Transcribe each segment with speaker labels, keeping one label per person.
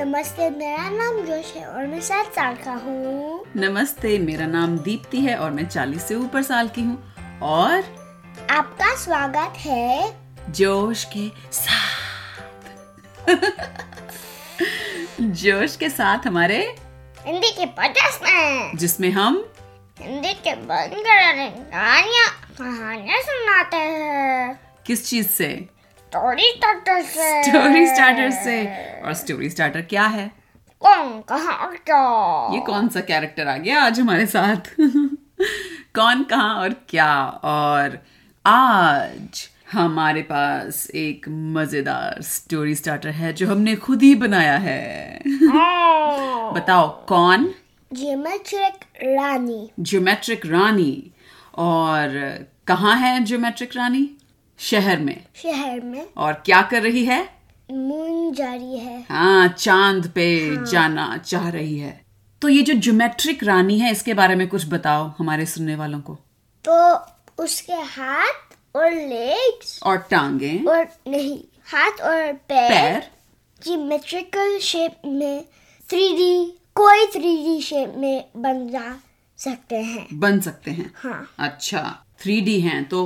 Speaker 1: नमस्ते मेरा नाम जोश है और मैं सात साल का हूँ
Speaker 2: नमस्ते मेरा नाम दीप्ति है और मैं 40 से ऊपर साल की हूँ और
Speaker 1: आपका स्वागत है
Speaker 2: जोश के साथ जोश के साथ हमारे
Speaker 1: हिंदी के पचास में
Speaker 2: जिसमें हम
Speaker 1: हिंदी के बनकर कहानियाँ कहानियाँ सुनाते हैं
Speaker 2: किस चीज से
Speaker 1: स्टोरी स्टार्टर से
Speaker 2: स्टोरी स्टार्टर से और स्टोरी स्टार्टर क्या है
Speaker 1: कौन कहाँ क्या
Speaker 2: ये कौन सा कैरेक्टर आ गया आज हमारे साथ कौन कहाँ और क्या और आज हमारे पास एक मजेदार स्टोरी स्टार्टर है जो हमने खुद ही बनाया है
Speaker 1: हाँ।
Speaker 2: बताओ कौन
Speaker 1: जियोमेट्रिक रानी
Speaker 2: ज्योमेट्रिक रानी और कहाँ है ज्योमेट्रिक रानी शहर में
Speaker 1: शहर में
Speaker 2: और क्या कर रही है
Speaker 1: मून जारी है
Speaker 2: हाँ चांद पे जाना चाह रही है तो ये जो ज्योमेट्रिक रानी है इसके बारे में कुछ बताओ हमारे सुनने वालों को
Speaker 1: तो उसके हाथ और लेग्स
Speaker 2: और टांगे
Speaker 1: और नहीं हाथ और पैर,
Speaker 2: पैर
Speaker 1: जियोमेट्रिकल शेप में थ्री कोई थ्री शेप में बन जा सकते हैं
Speaker 2: बन सकते हैं
Speaker 1: हाँ
Speaker 2: अच्छा थ्री डी है तो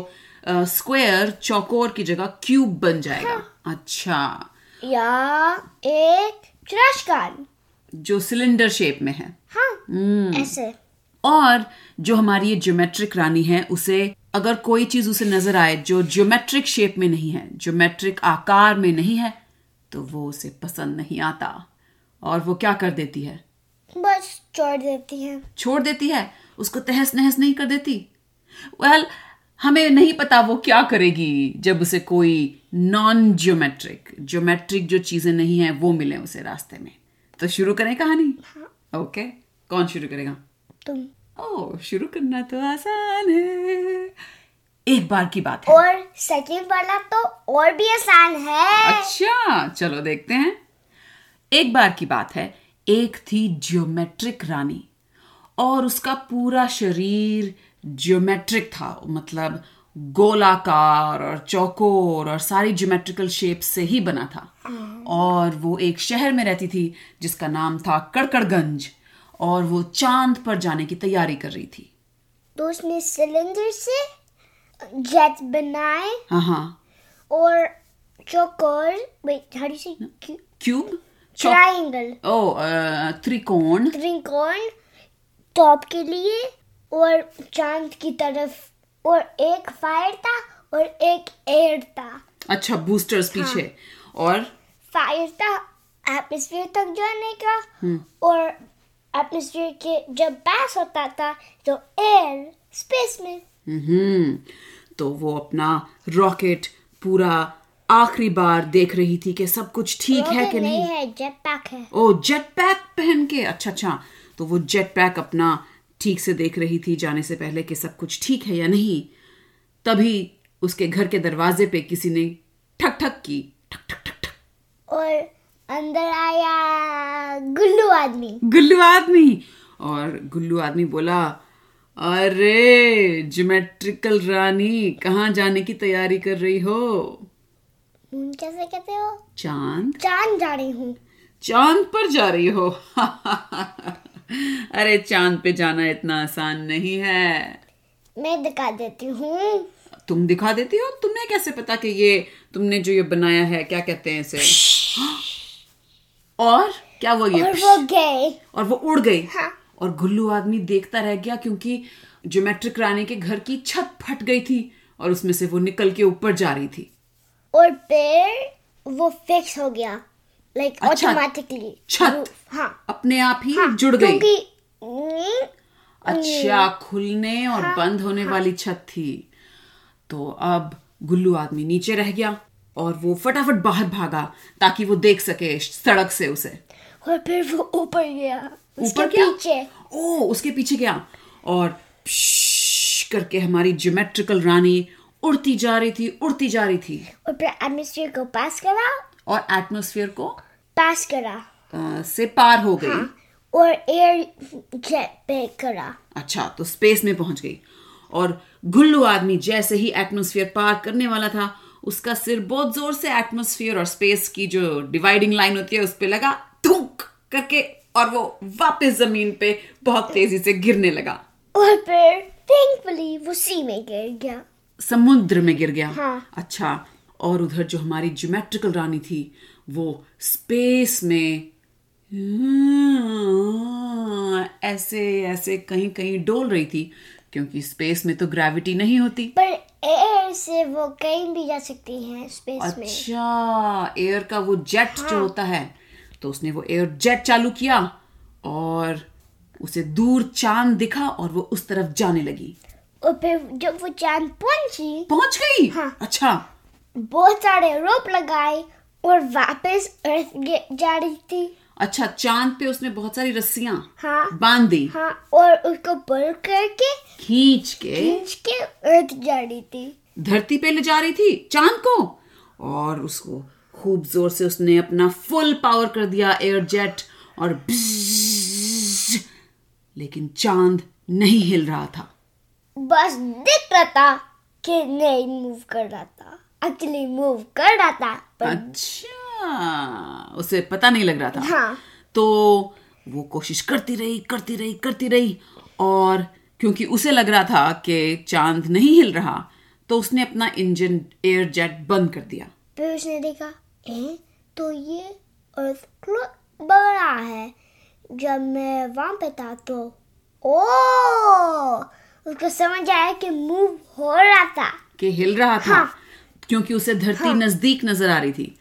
Speaker 2: स्क्वायर चौकोर की जगह क्यूब बन जाएगा अच्छा
Speaker 1: या एक ट्रश कैन
Speaker 2: जो सिलेंडर शेप में है
Speaker 1: हाँ ऐसे
Speaker 2: और जो हमारी ये ज्योमेट्रिक रानी है उसे अगर कोई चीज उसे नजर आए जो ज्योमेट्रिक शेप में नहीं है ज्योमेट्रिक आकार में नहीं है तो वो उसे पसंद नहीं आता और वो क्या कर देती है
Speaker 1: बस छोड़ देती हैं
Speaker 2: छोड़ देती है उसको तहस नहस नहीं कर देती वेल well, हमें नहीं पता वो क्या करेगी जब उसे कोई नॉन ज्योमेट्रिक ज्योमेट्रिक जो चीजें नहीं है वो मिले उसे रास्ते में तो शुरू करें कहानी ओके कौन शुरू करेगा
Speaker 1: तुम
Speaker 2: ओ शुरू करना तो आसान है एक बार की बात है
Speaker 1: और सेकंड वाला तो और भी आसान है
Speaker 2: अच्छा चलो देखते हैं एक बार की बात है एक थी ज्योमेट्रिक रानी और उसका पूरा शरीर ज्योमेट्रिक था मतलब गोलाकार और चौकोर और सारी ज्योमेट्रिकल शेप से ही बना था और वो एक शहर में रहती थी जिसका नाम था कड़कड़गंज और वो चांद पर जाने की तैयारी कर रही थी
Speaker 1: तो उसने सिलेंडर से जेट बनाए
Speaker 2: हाँ हाँ
Speaker 1: और चौकोर wait how do say
Speaker 2: cube चौ
Speaker 1: ट्रायंगल
Speaker 2: ओ अ, Oh, uh, त्रिकोण
Speaker 1: त्रिकोण टॉप के लिए और चांद की तरफ और एक फायर था और एक एयर था
Speaker 2: अच्छा बूस्टर्स पीछे और
Speaker 1: फायर था एटमोस्फेयर तक जाने का
Speaker 2: हम्म।
Speaker 1: और एटमोस्फेयर के जब पास होता था तो एयर स्पेस में
Speaker 2: हम्म तो वो अपना रॉकेट पूरा आखिरी बार देख रही थी कि सब कुछ ठीक है
Speaker 1: Rocket
Speaker 2: कि नहीं
Speaker 1: है जेट पैक है
Speaker 2: ओ जेट पैक पहन के अच्छा अच्छा तो वो जेट पैक अपना ठीक से देख रही थी जाने से पहले कि सब कुछ ठीक है या नहीं तभी उसके घर के दरवाजे पे किसी ने ठक ठक की ठक ठक ठक ठक
Speaker 1: और अंदर आया गुल्लू आदमी
Speaker 2: गुल्लू आदमी और गुल्लू आदमी बोला अरे ज्योमेट्रिकल रानी कहाँ जाने की तैयारी कर रही हो
Speaker 1: मून कैसे कहते हो
Speaker 2: चांद
Speaker 1: चांद जा रही हूँ
Speaker 2: चांद पर जा रही हो अरे चांद पे जाना इतना आसान नहीं है
Speaker 1: मैं दिखा देती हूँ
Speaker 2: तुम दिखा देती हो तुम्हें कैसे पता कि ये तुमने जो ये बनाया है क्या कहते हैं इसे और क्या वो ये
Speaker 1: और वो गए
Speaker 2: और वो उड़ गई
Speaker 1: हाँ।
Speaker 2: और गुल्लू आदमी देखता रह गया क्योंकि ज्योमेट्रिक रानी के घर की छत फट गई थी और उसमें से वो निकल के ऊपर जा रही थी
Speaker 1: और पेड़ वो फिक्स हो गया लाइक
Speaker 2: अच्छा,
Speaker 1: ऑटोमेटिकली
Speaker 2: छत।
Speaker 1: हाँ
Speaker 2: अपने आप ही जुड़ गई
Speaker 1: क्योंकि हम्म, नींद
Speaker 2: अच्छा खुलने और
Speaker 1: हाँ,
Speaker 2: बंद होने वाली छत थी तो अब गुल्लू आदमी नीचे रह गया और वो फटाफट बाहर भागा ताकि वो देख सके सड़क से उसे
Speaker 1: और फिर वो ऊपर गया उसके
Speaker 2: ऊपर गया?
Speaker 1: पीछे
Speaker 2: ओ उसके पीछे गया और प्श्श करके हमारी ज्योमेट्रिकल रानी उड़ती जा रही थी उड़ती जा रही थी
Speaker 1: और फिर एटमोस्फेयर को पास करा
Speaker 2: और एटमोस्फेयर को
Speaker 1: पास करा
Speaker 2: अ, से पार हो गई
Speaker 1: और एयर जेट पे करा
Speaker 2: अच्छा तो स्पेस में पहुंच गई और गुल्लू आदमी जैसे ही एटमोसफियर पार करने वाला था उसका सिर बहुत जोर से एटमोसफियर और स्पेस की जो डिवाइडिंग लाइन होती है उस पे लगा थूक करके और वो वापस जमीन पे बहुत तेजी से गिरने लगा
Speaker 1: और फिर थैंकफुली वो सी में गिर गया
Speaker 2: समुद्र में गिर गया
Speaker 1: हाँ।
Speaker 2: अच्छा और उधर जो हमारी ज्योमेट्रिकल रानी थी वो स्पेस में हाँ, ऐसे ऐसे कहीं कहीं डोल रही थी क्योंकि स्पेस में तो ग्रेविटी नहीं होती
Speaker 1: पर एयर से वो कहीं भी जा सकती है स्पेस में हाँ।
Speaker 2: अच्छा एयर का वो जेट जो होता है तो उसने वो एयर जेट चालू किया और उसे दूर चांद दिखा और वो उस तरफ जाने लगी
Speaker 1: और फिर जब वो चांद पहुंची
Speaker 2: पहुंच गई
Speaker 1: हाँ।
Speaker 2: अच्छा
Speaker 1: बहुत सारे रोप लगाए और वापस अर्थ जा रही थी
Speaker 2: अच्छा चांद पे उसने बहुत सारी रस्सियां
Speaker 1: हाँ।
Speaker 2: बांध दी
Speaker 1: हाँ और उसको पुल करके
Speaker 2: खींच के
Speaker 1: खींच के अर्थ जा रही थी
Speaker 2: धरती पे ले जा रही थी चांद को और उसको खूब जोर से उसने अपना फुल पावर कर दिया एयर जेट और bzzz, लेकिन चांद नहीं हिल रहा था
Speaker 1: बस दिख रहा था कि नहीं मूव कर रहा था एक्चुअली मूव कर रहा था पर
Speaker 2: अच्छा उसे पता नहीं लग रहा था
Speaker 1: हाँ।
Speaker 2: तो वो कोशिश करती रही करती रही करती रही और क्योंकि उसे लग रहा था कि चांद नहीं हिल रहा तो उसने अपना इंजन एयर जेट बंद कर दिया
Speaker 1: फिर उसने देखा ए तो ये अर्थ क्लो- बड़ा है जब मैं वहां पे था तो ओ उसको समझ आया कि मूव हो रहा था
Speaker 2: कि हिल रहा था
Speaker 1: हाँ।
Speaker 2: क्योंकि उसे धरती नजदीक नजर आ रही थी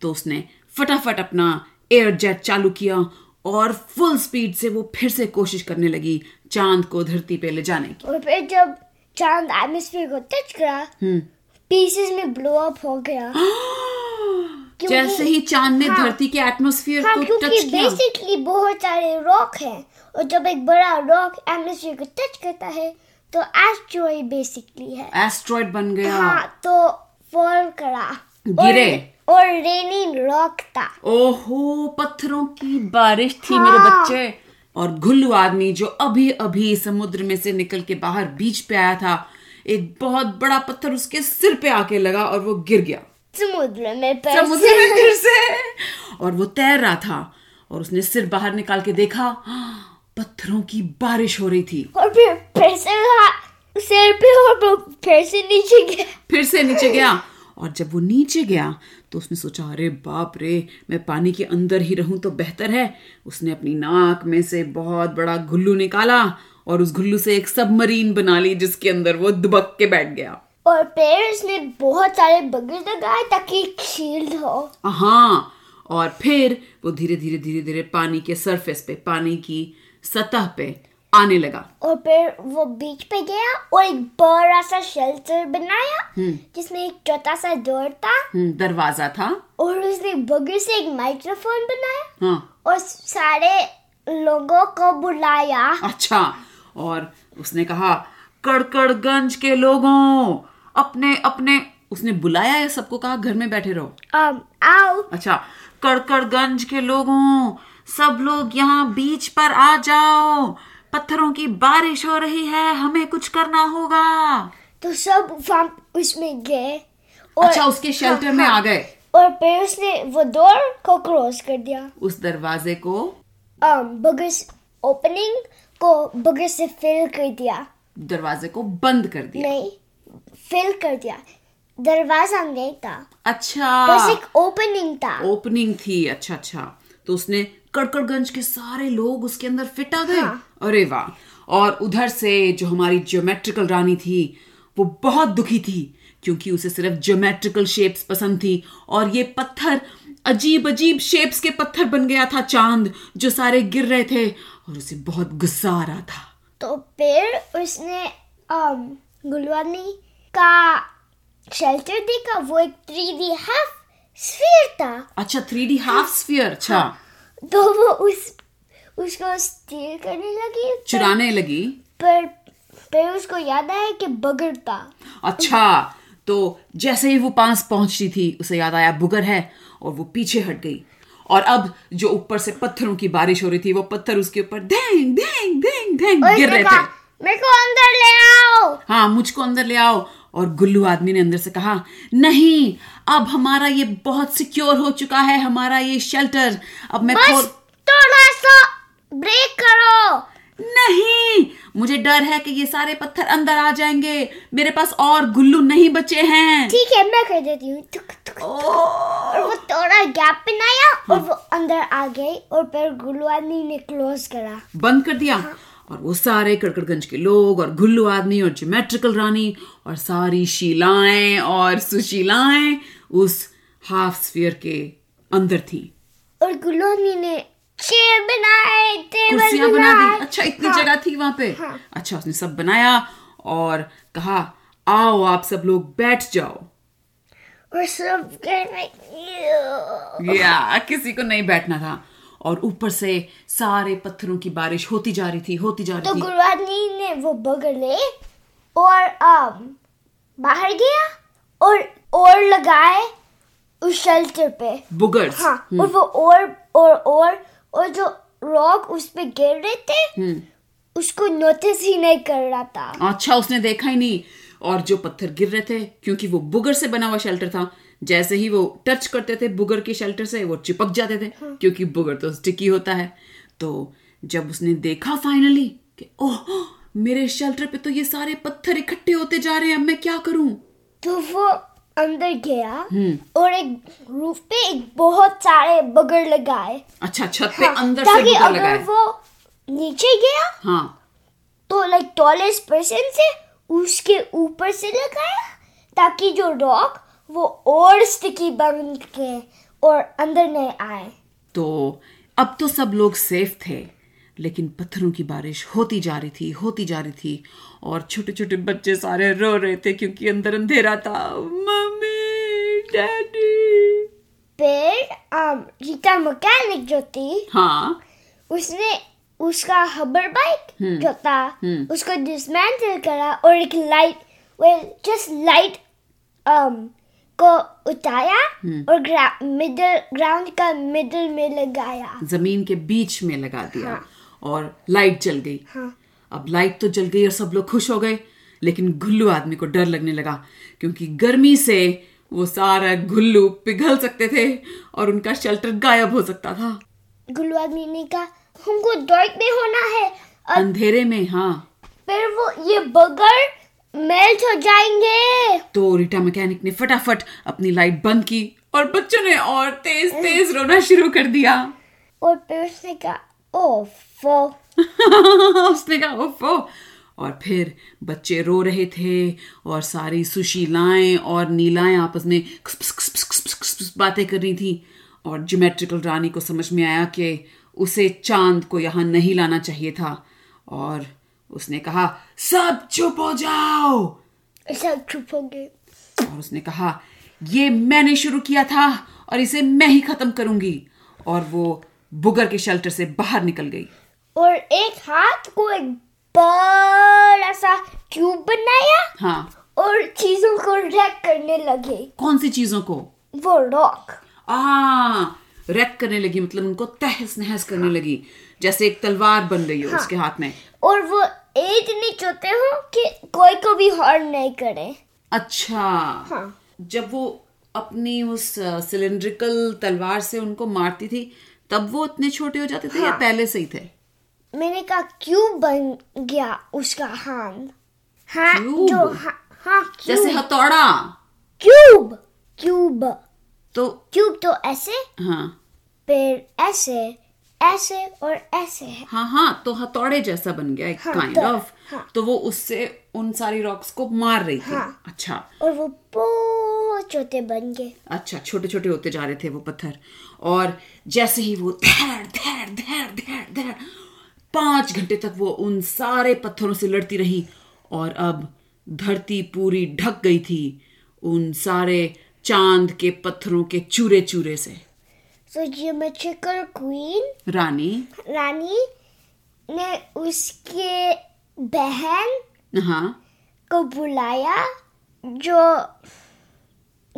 Speaker 2: तो उसने फटाफट अपना एयर जेट चालू किया और फुल स्पीड से वो फिर से कोशिश करने लगी चांद को धरती पे ले जाने की
Speaker 1: और फिर जब चांद एटमोस्फेयर को टच करा
Speaker 2: हम्म।
Speaker 1: पीसेस में ब्लो अप हो गया क्योंकि-
Speaker 2: जैसे ही चांद ने
Speaker 1: हाँ।
Speaker 2: धरती के एटमोस्फियर
Speaker 1: हाँ
Speaker 2: को
Speaker 1: क्योंकि
Speaker 2: टच किया
Speaker 1: बेसिकली बहुत सारे रॉक हैं और जब एक बड़ा रॉक एटमोस्फेयर को टच करता है तो एस्ट्रॉइड बेसिकली है
Speaker 2: एस्ट्रॉइड बन गया
Speaker 1: हाँ तो फॉल करा
Speaker 2: गिरे।
Speaker 1: और, और रेनिंग रॉक था
Speaker 2: ओहो पत्थरों की बारिश थी मेरे
Speaker 1: हाँ।
Speaker 2: बच्चे और घुल्लू आदमी जो अभी अभी समुद्र में से निकल के बाहर बीच पे आया था एक बहुत बड़ा पत्थर उसके सिर पे आके लगा और वो गिर गया
Speaker 1: समुद्र में पैर
Speaker 2: समुद्र में फिर से और वो तैर रहा था और उसने सिर बाहर निकाल के देखा हाँ, पत्थरों की बारिश हो रही थी
Speaker 1: और फिर फिर से वहाँ सिर पे और वो फिर से नीचे गया
Speaker 2: फिर से नीचे गया और जब वो नीचे गया तो उसने सोचा अरे बाप रे मैं पानी के अंदर ही रहूं तो बेहतर है उसने अपनी नाक में से बहुत बड़ा घुल्लू निकाला और उस घुल्लू से एक सबमरीन बना ली जिसके अंदर वो दुबक के बैठ गया
Speaker 1: और फिर उसने बहुत सारे बगल लगाए ताकि शील्ड हो
Speaker 2: हाँ और फिर वो धीरे धीरे धीरे धीरे पानी के सरफेस पे पानी की सतह पे आने लगा
Speaker 1: और फिर वो बीच पे गया और एक बड़ा सा शेल्टर बनाया जिसमें एक छोटा सा डोर था
Speaker 2: हम्म, दरवाजा था
Speaker 1: और उसने बगल से एक माइक्रोफोन बनाया
Speaker 2: हाँ
Speaker 1: और सारे लोगों को बुलाया
Speaker 2: अच्छा और उसने कहा कड़कड़गंज के लोगों अपने अपने उसने बुलाया या सबको कहा घर में बैठे रहो
Speaker 1: um, आओ
Speaker 2: अच्छा कड़कड़गंज के लोगों सब लोग यहाँ बीच पर आ जाओ पत्थरों की बारिश हो रही है हमें कुछ करना होगा
Speaker 1: तो सब वहाँ उसमें गए
Speaker 2: अच्छा
Speaker 1: हाँ,
Speaker 2: उसके शेल्टर में आ गए
Speaker 1: और फिर उसने वो डोर को क्रॉस कर दिया
Speaker 2: उस दरवाजे को
Speaker 1: um, बगस ओपनिंग को बगस से फिल कर दिया
Speaker 2: दरवाजे को बंद कर दिया
Speaker 1: नहीं फिल कर दिया दरवाजा नहीं था बस
Speaker 2: अच्छा
Speaker 1: एक ओपनिंग था
Speaker 2: ओपनिंग थी अच्छा अच्छा तो उसने कड़कड़गंज के सारे लोग उसके अंदर फिट आ गए अरे वाह और उधर से जो हमारी ज्योमेट्रिकल रानी थी वो बहुत दुखी थी क्योंकि उसे सिर्फ ज्योमेट्रिकल शेप्स पसंद थी और ये पत्थर अजीब अजीब शेप्स के पत्थर बन गया था चांद जो सारे गिर रहे थे और उसे बहुत गुस्सा आ रहा था
Speaker 1: तो फिर उसने um, गुलवानी का शेल्टर देखा वो एक थ्री डी हाफ स्फीयर था
Speaker 2: अच्छा थ्री डी हाफ स्फीयर अच्छा
Speaker 1: तो वो उस उसको स्टील करने लगी पर-
Speaker 2: चुराने लगी
Speaker 1: पर पर उसको याद आया कि बगड़ता
Speaker 2: अच्छा तो जैसे ही वो पास पहुंचती थी उसे याद आया बुगर है और वो पीछे हट गई और अब जो ऊपर से पत्थरों की बारिश हो रही थी वो पत्थर उसके ऊपर धैंग धैंग धैंग धैंग
Speaker 1: और
Speaker 2: गिर
Speaker 1: उसने
Speaker 2: रहे
Speaker 1: कहा,
Speaker 2: थे
Speaker 1: मेरे को अंदर ले आओ
Speaker 2: हाँ मुझको अंदर ले आओ और गुल्लू आदमी ने अंदर से कहा नहीं अब हमारा ये बहुत सिक्योर हो चुका है हमारा ये शेल्टर अब मैं
Speaker 1: बस
Speaker 2: खोल
Speaker 1: तो थोड़ा सा ब्रेक करो
Speaker 2: नहीं मुझे डर है कि ये सारे पत्थर अंदर आ जाएंगे मेरे पास और गुल्लू नहीं बचे हैं
Speaker 1: ठीक है मैं कर देती हूँ थुक थुक
Speaker 2: ओ,
Speaker 1: और वो थोड़ा गैप बनाया और
Speaker 2: हम्म।
Speaker 1: वो अंदर आ गई और फिर गुल्लू आदमी ने क्लोज करा
Speaker 2: बंद कर दिया
Speaker 1: हाँ।
Speaker 2: और वो सारे कड़कड़गंज के लोग और गुल्लू आदमी और ज्योमेट्रिकल रानी और सारी शीलाएं और सुशीलाएं उस हाफ स्फीयर के अंदर थी
Speaker 1: और गुल्लू आदमी ने चेयर बनाए टेबल
Speaker 2: कुर्सियां बना
Speaker 1: बनाए हाँ।
Speaker 2: दी अच्छा इतनी जगह थी वहां पे अच्छा उसने सब बनाया और कहा आओ आप सब लोग बैठ जाओ
Speaker 1: और सब कह रहे
Speaker 2: या किसी को नहीं बैठना था और ऊपर से सारे पत्थरों की बारिश होती जा रही थी होती जा
Speaker 1: तो
Speaker 2: रही थी
Speaker 1: गुरुवानी ने वो बगर ले और अम, बाहर गया और और लगाए उस शेल्टर पे
Speaker 2: बुगर्स
Speaker 1: हाँ और
Speaker 2: हम्म।
Speaker 1: वो और और और और जो रॉक उस पे गिर रहे थे
Speaker 2: हम्म।
Speaker 1: उसको नोटिस ही नहीं कर रहा था
Speaker 2: अच्छा उसने देखा ही नहीं और जो पत्थर गिर रहे थे क्योंकि वो बुगर से बना हुआ शेल्टर था जैसे ही वो टच करते थे बुगर के शेल्टर से वो चिपक जाते थे
Speaker 1: हाँ।
Speaker 2: क्योंकि बुगर तो स्टिकी होता है तो जब उसने देखा फाइनली कि ओह मेरे शेल्टर पे तो ये सारे पत्थर इकट्ठे होते जा रहे हैं अब मैं क्या करूं
Speaker 1: तो वो अंदर गया
Speaker 2: हम्म।
Speaker 1: और एक रूफ पे एक बहुत सारे बगर लगाए
Speaker 2: अच्छा छत पे
Speaker 1: हाँ,
Speaker 2: अंदर से
Speaker 1: ताकि
Speaker 2: बुगर
Speaker 1: अगर
Speaker 2: लगाए
Speaker 1: वो नीचे गया
Speaker 2: हाँ
Speaker 1: तो लाइक टॉलेस्ट पर्सन से उसके ऊपर से लगाया ताकि जो रॉक वो और स्टिकी बन के और अंदर नहीं आए
Speaker 2: तो अब तो सब लोग सेफ थे लेकिन पत्थरों की बारिश होती जा रही थी होती जा रही थी और छोटे छोटे बच्चे सारे रो रहे थे क्योंकि अंदर अंधेरा था मम्मी डैडी
Speaker 1: फिर अम, रीता मैकेनिक जो थी
Speaker 2: हाँ
Speaker 1: उसने उसका हबर बाइक जो था उसको डिसमेंटल करा और एक light well just light um, को उठाया और ग्रा, मिडल ग्राउंड का मिडल में लगाया
Speaker 2: जमीन के बीच में लगा दिया और लाइट जल गई
Speaker 1: हाँ,
Speaker 2: अब लाइट तो जल गई और सब लोग खुश हो गए लेकिन घुल्लू आदमी को डर लगने लगा क्योंकि गर्मी से वो सारा घुल्लू पिघल सकते थे और उनका शेल्टर गायब हो सकता था
Speaker 1: गुल्लू आदमी ने कहा हमको डार्क में होना है और
Speaker 2: अंधेरे में हाँ
Speaker 1: फिर वो ये बगर मेल्ट हो जाएंगे
Speaker 2: तो रीटा मैकेनिक ने फटाफट अपनी लाइट बंद की और बच्चों ने और तेज तेज रोना शुरू कर दिया
Speaker 1: और फिर उसने कहा "Oh, ओ फो
Speaker 2: उसने कहा ओफो और फिर बच्चे रो रहे थे और सारी सुशीलाएं और नीलाएं आपस में खस- खस- खस- खस- खस- खस- बातें कर रही थी और ज्योमेट्रिकल रानी को समझ में आया कि उसे चांद को यहाँ नहीं लाना चाहिए था और उसने कहा सब चुप हो जाओ
Speaker 1: सब चुप हो गए
Speaker 2: और उसने कहा ये मैंने शुरू किया था और इसे मैं ही खत्म करूंगी और वो बुगर के शेल्टर से बाहर निकल गई
Speaker 1: और एक हाथ को एक बड़ा सा ट्यूब बनाया
Speaker 2: हाँ
Speaker 1: और चीजों को रैक करने लगे
Speaker 2: कौन सी चीजों को
Speaker 1: वो रॉक
Speaker 2: आ रैक करने लगी मतलब उनको तहस नहस करने लगी जैसे एक तलवार बन गई हो उसके हाथ में
Speaker 1: और वो इतने छोटे हो कि कोई को भी हार्म नहीं करे
Speaker 2: अच्छा
Speaker 1: हाँ।
Speaker 2: जब वो अपनी उस सिलेंड्रिकल तलवार से उनको मारती थी तब वो इतने छोटे हो जाते थे या पहले से ही थे
Speaker 1: मैंने कहा क्यों बन गया उसका हाथ हाँ
Speaker 2: Cube?
Speaker 1: जो हाँ हाँ
Speaker 2: जैसे
Speaker 1: क्यूब
Speaker 2: हथौड़ा
Speaker 1: क्यूब क्यूब
Speaker 2: तो
Speaker 1: क्यूब तो ऐसे
Speaker 2: हाँ
Speaker 1: फिर ऐसे ऐसे और ऐसे है
Speaker 2: हाँ हाँ तो हथौड़े जैसा बन गया एक
Speaker 1: हाँ,
Speaker 2: काइंड
Speaker 1: तो-
Speaker 2: ऑफ
Speaker 1: हाँ।
Speaker 2: तो वो उससे उन सारी रॉक्स को मार रही थी
Speaker 1: हाँ।
Speaker 2: अच्छा
Speaker 1: और वो बहुत छोटे बन गए
Speaker 2: अच्छा छोटे छोटे होते जा रहे थे वो पत्थर और जैसे ही वो धैर धैर धैर धैर धैर पांच घंटे तक वो उन सारे पत्थरों से लड़ती रही और अब धरती पूरी ढक गई थी उन सारे चांद के पत्थरों के चूरे चूरे से
Speaker 1: तो जियोमेट्रिकल क्वीन
Speaker 2: रानी
Speaker 1: रानी ने उसके बहन
Speaker 2: हाँ
Speaker 1: को बुलाया जो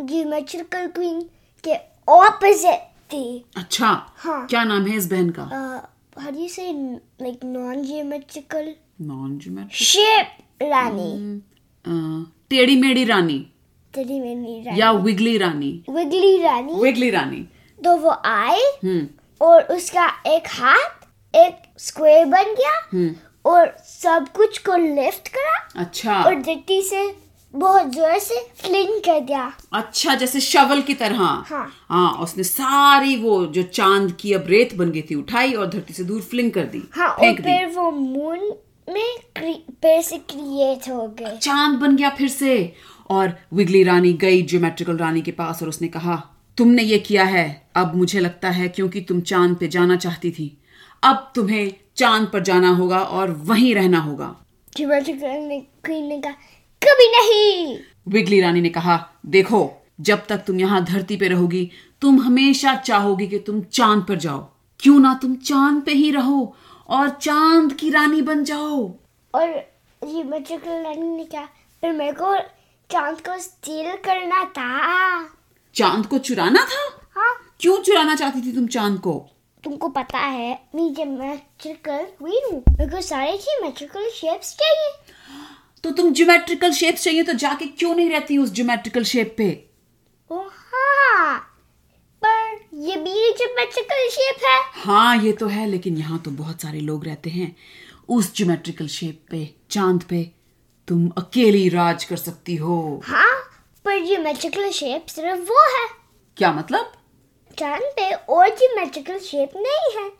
Speaker 1: जियोमेट्रिकल क्वीन के ऑपोजिट थी
Speaker 2: अच्छा
Speaker 1: हाँ।
Speaker 2: क्या नाम है इस बहन का
Speaker 1: uh, how do you say like non-geometrical
Speaker 2: non जुमेट
Speaker 1: shape rani
Speaker 2: टेढ़ी मेढ़ी रानी
Speaker 1: तेरी मेरी रानी
Speaker 2: या विगली रानी
Speaker 1: wiggly rani
Speaker 2: विगली रानी
Speaker 1: तो वो आए
Speaker 2: हम्म
Speaker 1: और उसका एक हाथ एक स्क्वायर बन गया और सब कुछ को लिफ्ट करा
Speaker 2: अच्छा
Speaker 1: और गट्टी से बहुत जोर से फ्लिंग कर दिया
Speaker 2: अच्छा जैसे शवल की तरह
Speaker 1: हाँ।
Speaker 2: हाँ उसने सारी वो जो चांद की अब रेत बन गई थी उठाई और धरती से दूर फ्लिंग कर दी
Speaker 1: हाँ और
Speaker 2: फेंक दी
Speaker 1: फिर वो मून में क्रि- फिर से क्रिएट हो गए
Speaker 2: चांद बन गया फिर से और विगली रानी गई ज्योमेट्रिकल रानी के पास और उसने कहा तुमने ये किया है अब मुझे लगता है क्योंकि तुम चांद पे जाना चाहती थी अब तुम्हें चांद पर जाना होगा और वहीं रहना होगा
Speaker 1: ज्योमेट्रिकल ने क्वीन ने कहा कभी नहीं
Speaker 2: विगली रानी ने कहा देखो जब तक तुम यहाँ धरती पे रहोगी तुम हमेशा चाहोगी कि तुम चांद पर जाओ क्यों ना तुम चांद पे ही रहो और चांद की रानी बन जाओ
Speaker 1: और ज्योमेट्रिकल लाइन ने कहा फिर मेरे को चांद को स्टील करना था
Speaker 2: चांद को चुराना था
Speaker 1: हाँ
Speaker 2: क्यों चुराना चाहती थी तुम चांद को
Speaker 1: तुमको पता है मैं ज्योमेट्रिकल क्वीन हूँ मेरे को सारे ज्योमेट्रिकल शेप्स चाहिए
Speaker 2: तो तुम ज्योमेट्रिकल शेप चाहिए तो जाके क्यों नहीं रहती उस ज्योमेट्रिकल शेप पे
Speaker 1: ओ हाँ पर ये भी ज्योमेट्रिकल शेप है
Speaker 2: हाँ ये तो है लेकिन यहाँ तो बहुत सारे लोग रहते हैं उस ज्योमेट्रिकल शेप पे चांद पे तुम अकेली राज कर सकती हो
Speaker 1: हाँ पर ज्योमेट्रिकल शेप सिर्फ वो है
Speaker 2: क्या मतलब
Speaker 1: चांद पे और ज्योमेट्रिकल शेप नहीं है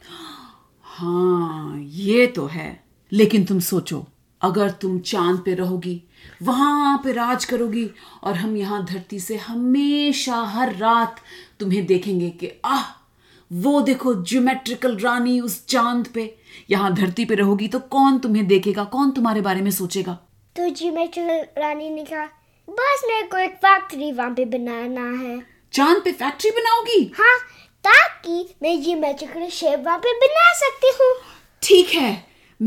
Speaker 2: हाँ ये तो है लेकिन तुम सोचो अगर तुम चांद पे रहोगी वहां पे राज करोगी और हम यहाँ धरती से हमेशा हर रात तुम्हें देखेंगे कि आह वो देखो ज्योमेट्रिकल रानी उस चांद पे यहाँ धरती पे रहोगी तो कौन तुम्हें देखेगा कौन तुम्हारे बारे में सोचेगा
Speaker 1: तो ज्योमेट्रिकल रानी ने कहा बस मेरे को एक फैक्ट्री वहाँ पे बनाना है
Speaker 2: चांद पे फैक्ट्री बनाओगी
Speaker 1: हाँ ताकि मैं ज्योमेट्रिकल शेप वहाँ पे बना सकती हूँ
Speaker 2: ठीक है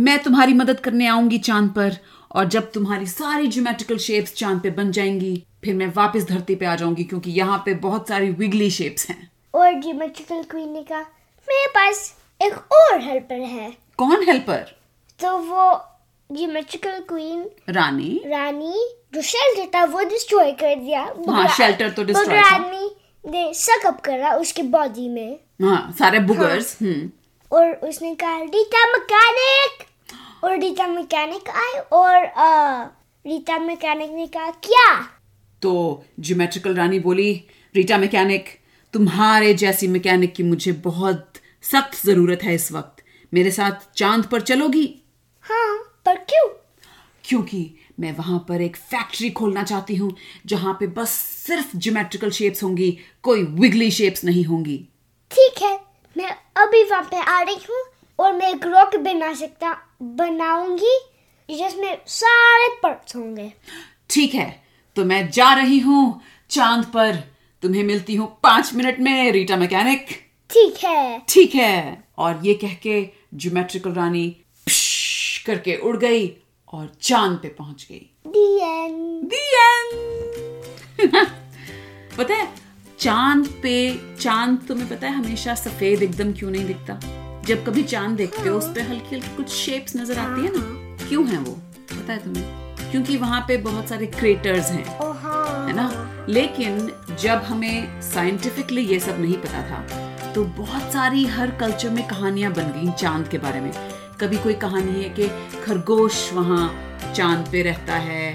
Speaker 2: मैं तुम्हारी मदद करने आऊंगी चांद पर और जब तुम्हारी सारी ज्योमेट्रिकल शेप्स चांद पे बन जाएंगी फिर मैं वापस धरती पे आ जाऊंगी क्योंकि यहाँ पे बहुत सारी विगली शेप्स हैं
Speaker 1: और ज्योमेट्रिकल क्वीन ने कहा मेरे पास एक और हेल्पर है
Speaker 2: कौन हेल्पर
Speaker 1: तो वो ज्योमेट्रिकल क्वीन
Speaker 2: रानी
Speaker 1: रानी जो शेल्टर था वो डिस्ट्रॉय कर दिया बगरा-
Speaker 2: शेल्टर तो destroy
Speaker 1: बगरा
Speaker 2: था।
Speaker 1: आदमी ने सकअप करा उसके बॉडी में
Speaker 2: हाँ सारे बुगर्स हम्म
Speaker 1: और उसने कहा रीता मैकेनिक और रीता मैकेनिक आए और अ, रीता मैकेनिक ने कहा क्या
Speaker 2: तो ज्योमेट्रिकल रानी बोली रीटा मैकेनिक तुम्हारे जैसी मैकेनिक की मुझे बहुत सख्त जरूरत है इस वक्त मेरे साथ चांद पर चलोगी
Speaker 1: हाँ पर क्यों
Speaker 2: क्योंकि मैं वहां पर एक फैक्ट्री खोलना चाहती हूँ जहां पे बस सिर्फ ज्योमेट्रिकल शेप्स होंगी कोई विगली शेप्स नहीं होंगी
Speaker 1: ठीक है मैं अभी वहाँ पे आ रही हूँ और मैं एक रॉकेट बना सकता बनाऊंगी जिसमें सारे पार्ट्स होंगे
Speaker 2: ठीक है तो मैं जा रही हूँ चांद पर तुम्हें मिलती हूँ पांच मिनट में रीटा मैकेनिक
Speaker 1: ठीक है
Speaker 2: ठीक है और ये कह के ज्योमेट्रिकल रानी प्श करके उड़ गई और चांद पे पहुंच गई
Speaker 1: दी एंड
Speaker 2: The end. पता है चांद पे चांद तुम्हें पता है हमेशा सफेद एकदम क्यों नहीं दिखता जब कभी चांद देखते हो उस पे हल्की हल्की कुछ शेप्स नजर आती है ना क्यों है वो पता है तुम्हें क्योंकि वहां पे बहुत सारे क्रेटर्स हैं
Speaker 1: ओ हाँ
Speaker 2: है ना लेकिन जब हमें साइंटिफिकली ये सब नहीं पता था तो बहुत सारी हर कल्चर में कहानियां बन गई चांद के बारे में कभी कोई कहानी है कि खरगोश वहाँ चांद पे रहता है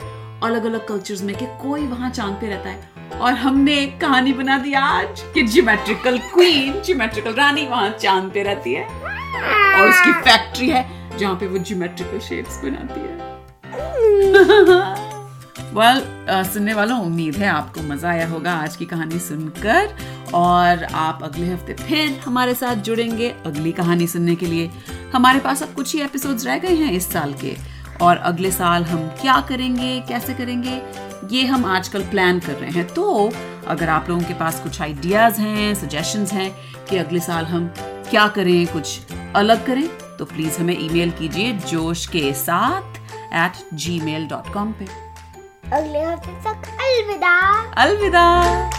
Speaker 2: अलग अलग कल्चर्स में कि कोई वहाँ चांद पे रहता है और हमने कहानी बना दी आज कि ज्योमेट्रिकल क्वीन ज्योमेट्रिकल रानी वहाँ चांद पे रहती है और उसकी फैक्ट्री है जहाँ पे वो ज्योमेट्रिकल शेप्स बनाती है वेल well, uh, सुनने वालों उम्मीद है आपको मज़ा आया होगा आज की कहानी सुनकर और आप अगले हफ्ते फिर हमारे साथ जुड़ेंगे अगली कहानी सुनने के लिए हमारे पास अब कुछ ही एपिसोड्स रह गए हैं इस साल के और अगले साल हम क्या करेंगे कैसे करेंगे ये हम आजकल प्लान कर रहे हैं तो अगर आप लोगों के पास कुछ आइडियाज़ हैं सजेशंस हैं कि अगले साल हम क्या करें कुछ अलग करें तो प्लीज़ हमें ईमेल कीजिए जोश के साथ at gmail.com पे
Speaker 1: अगले हफ्ते तक अलविदा
Speaker 2: अलविदा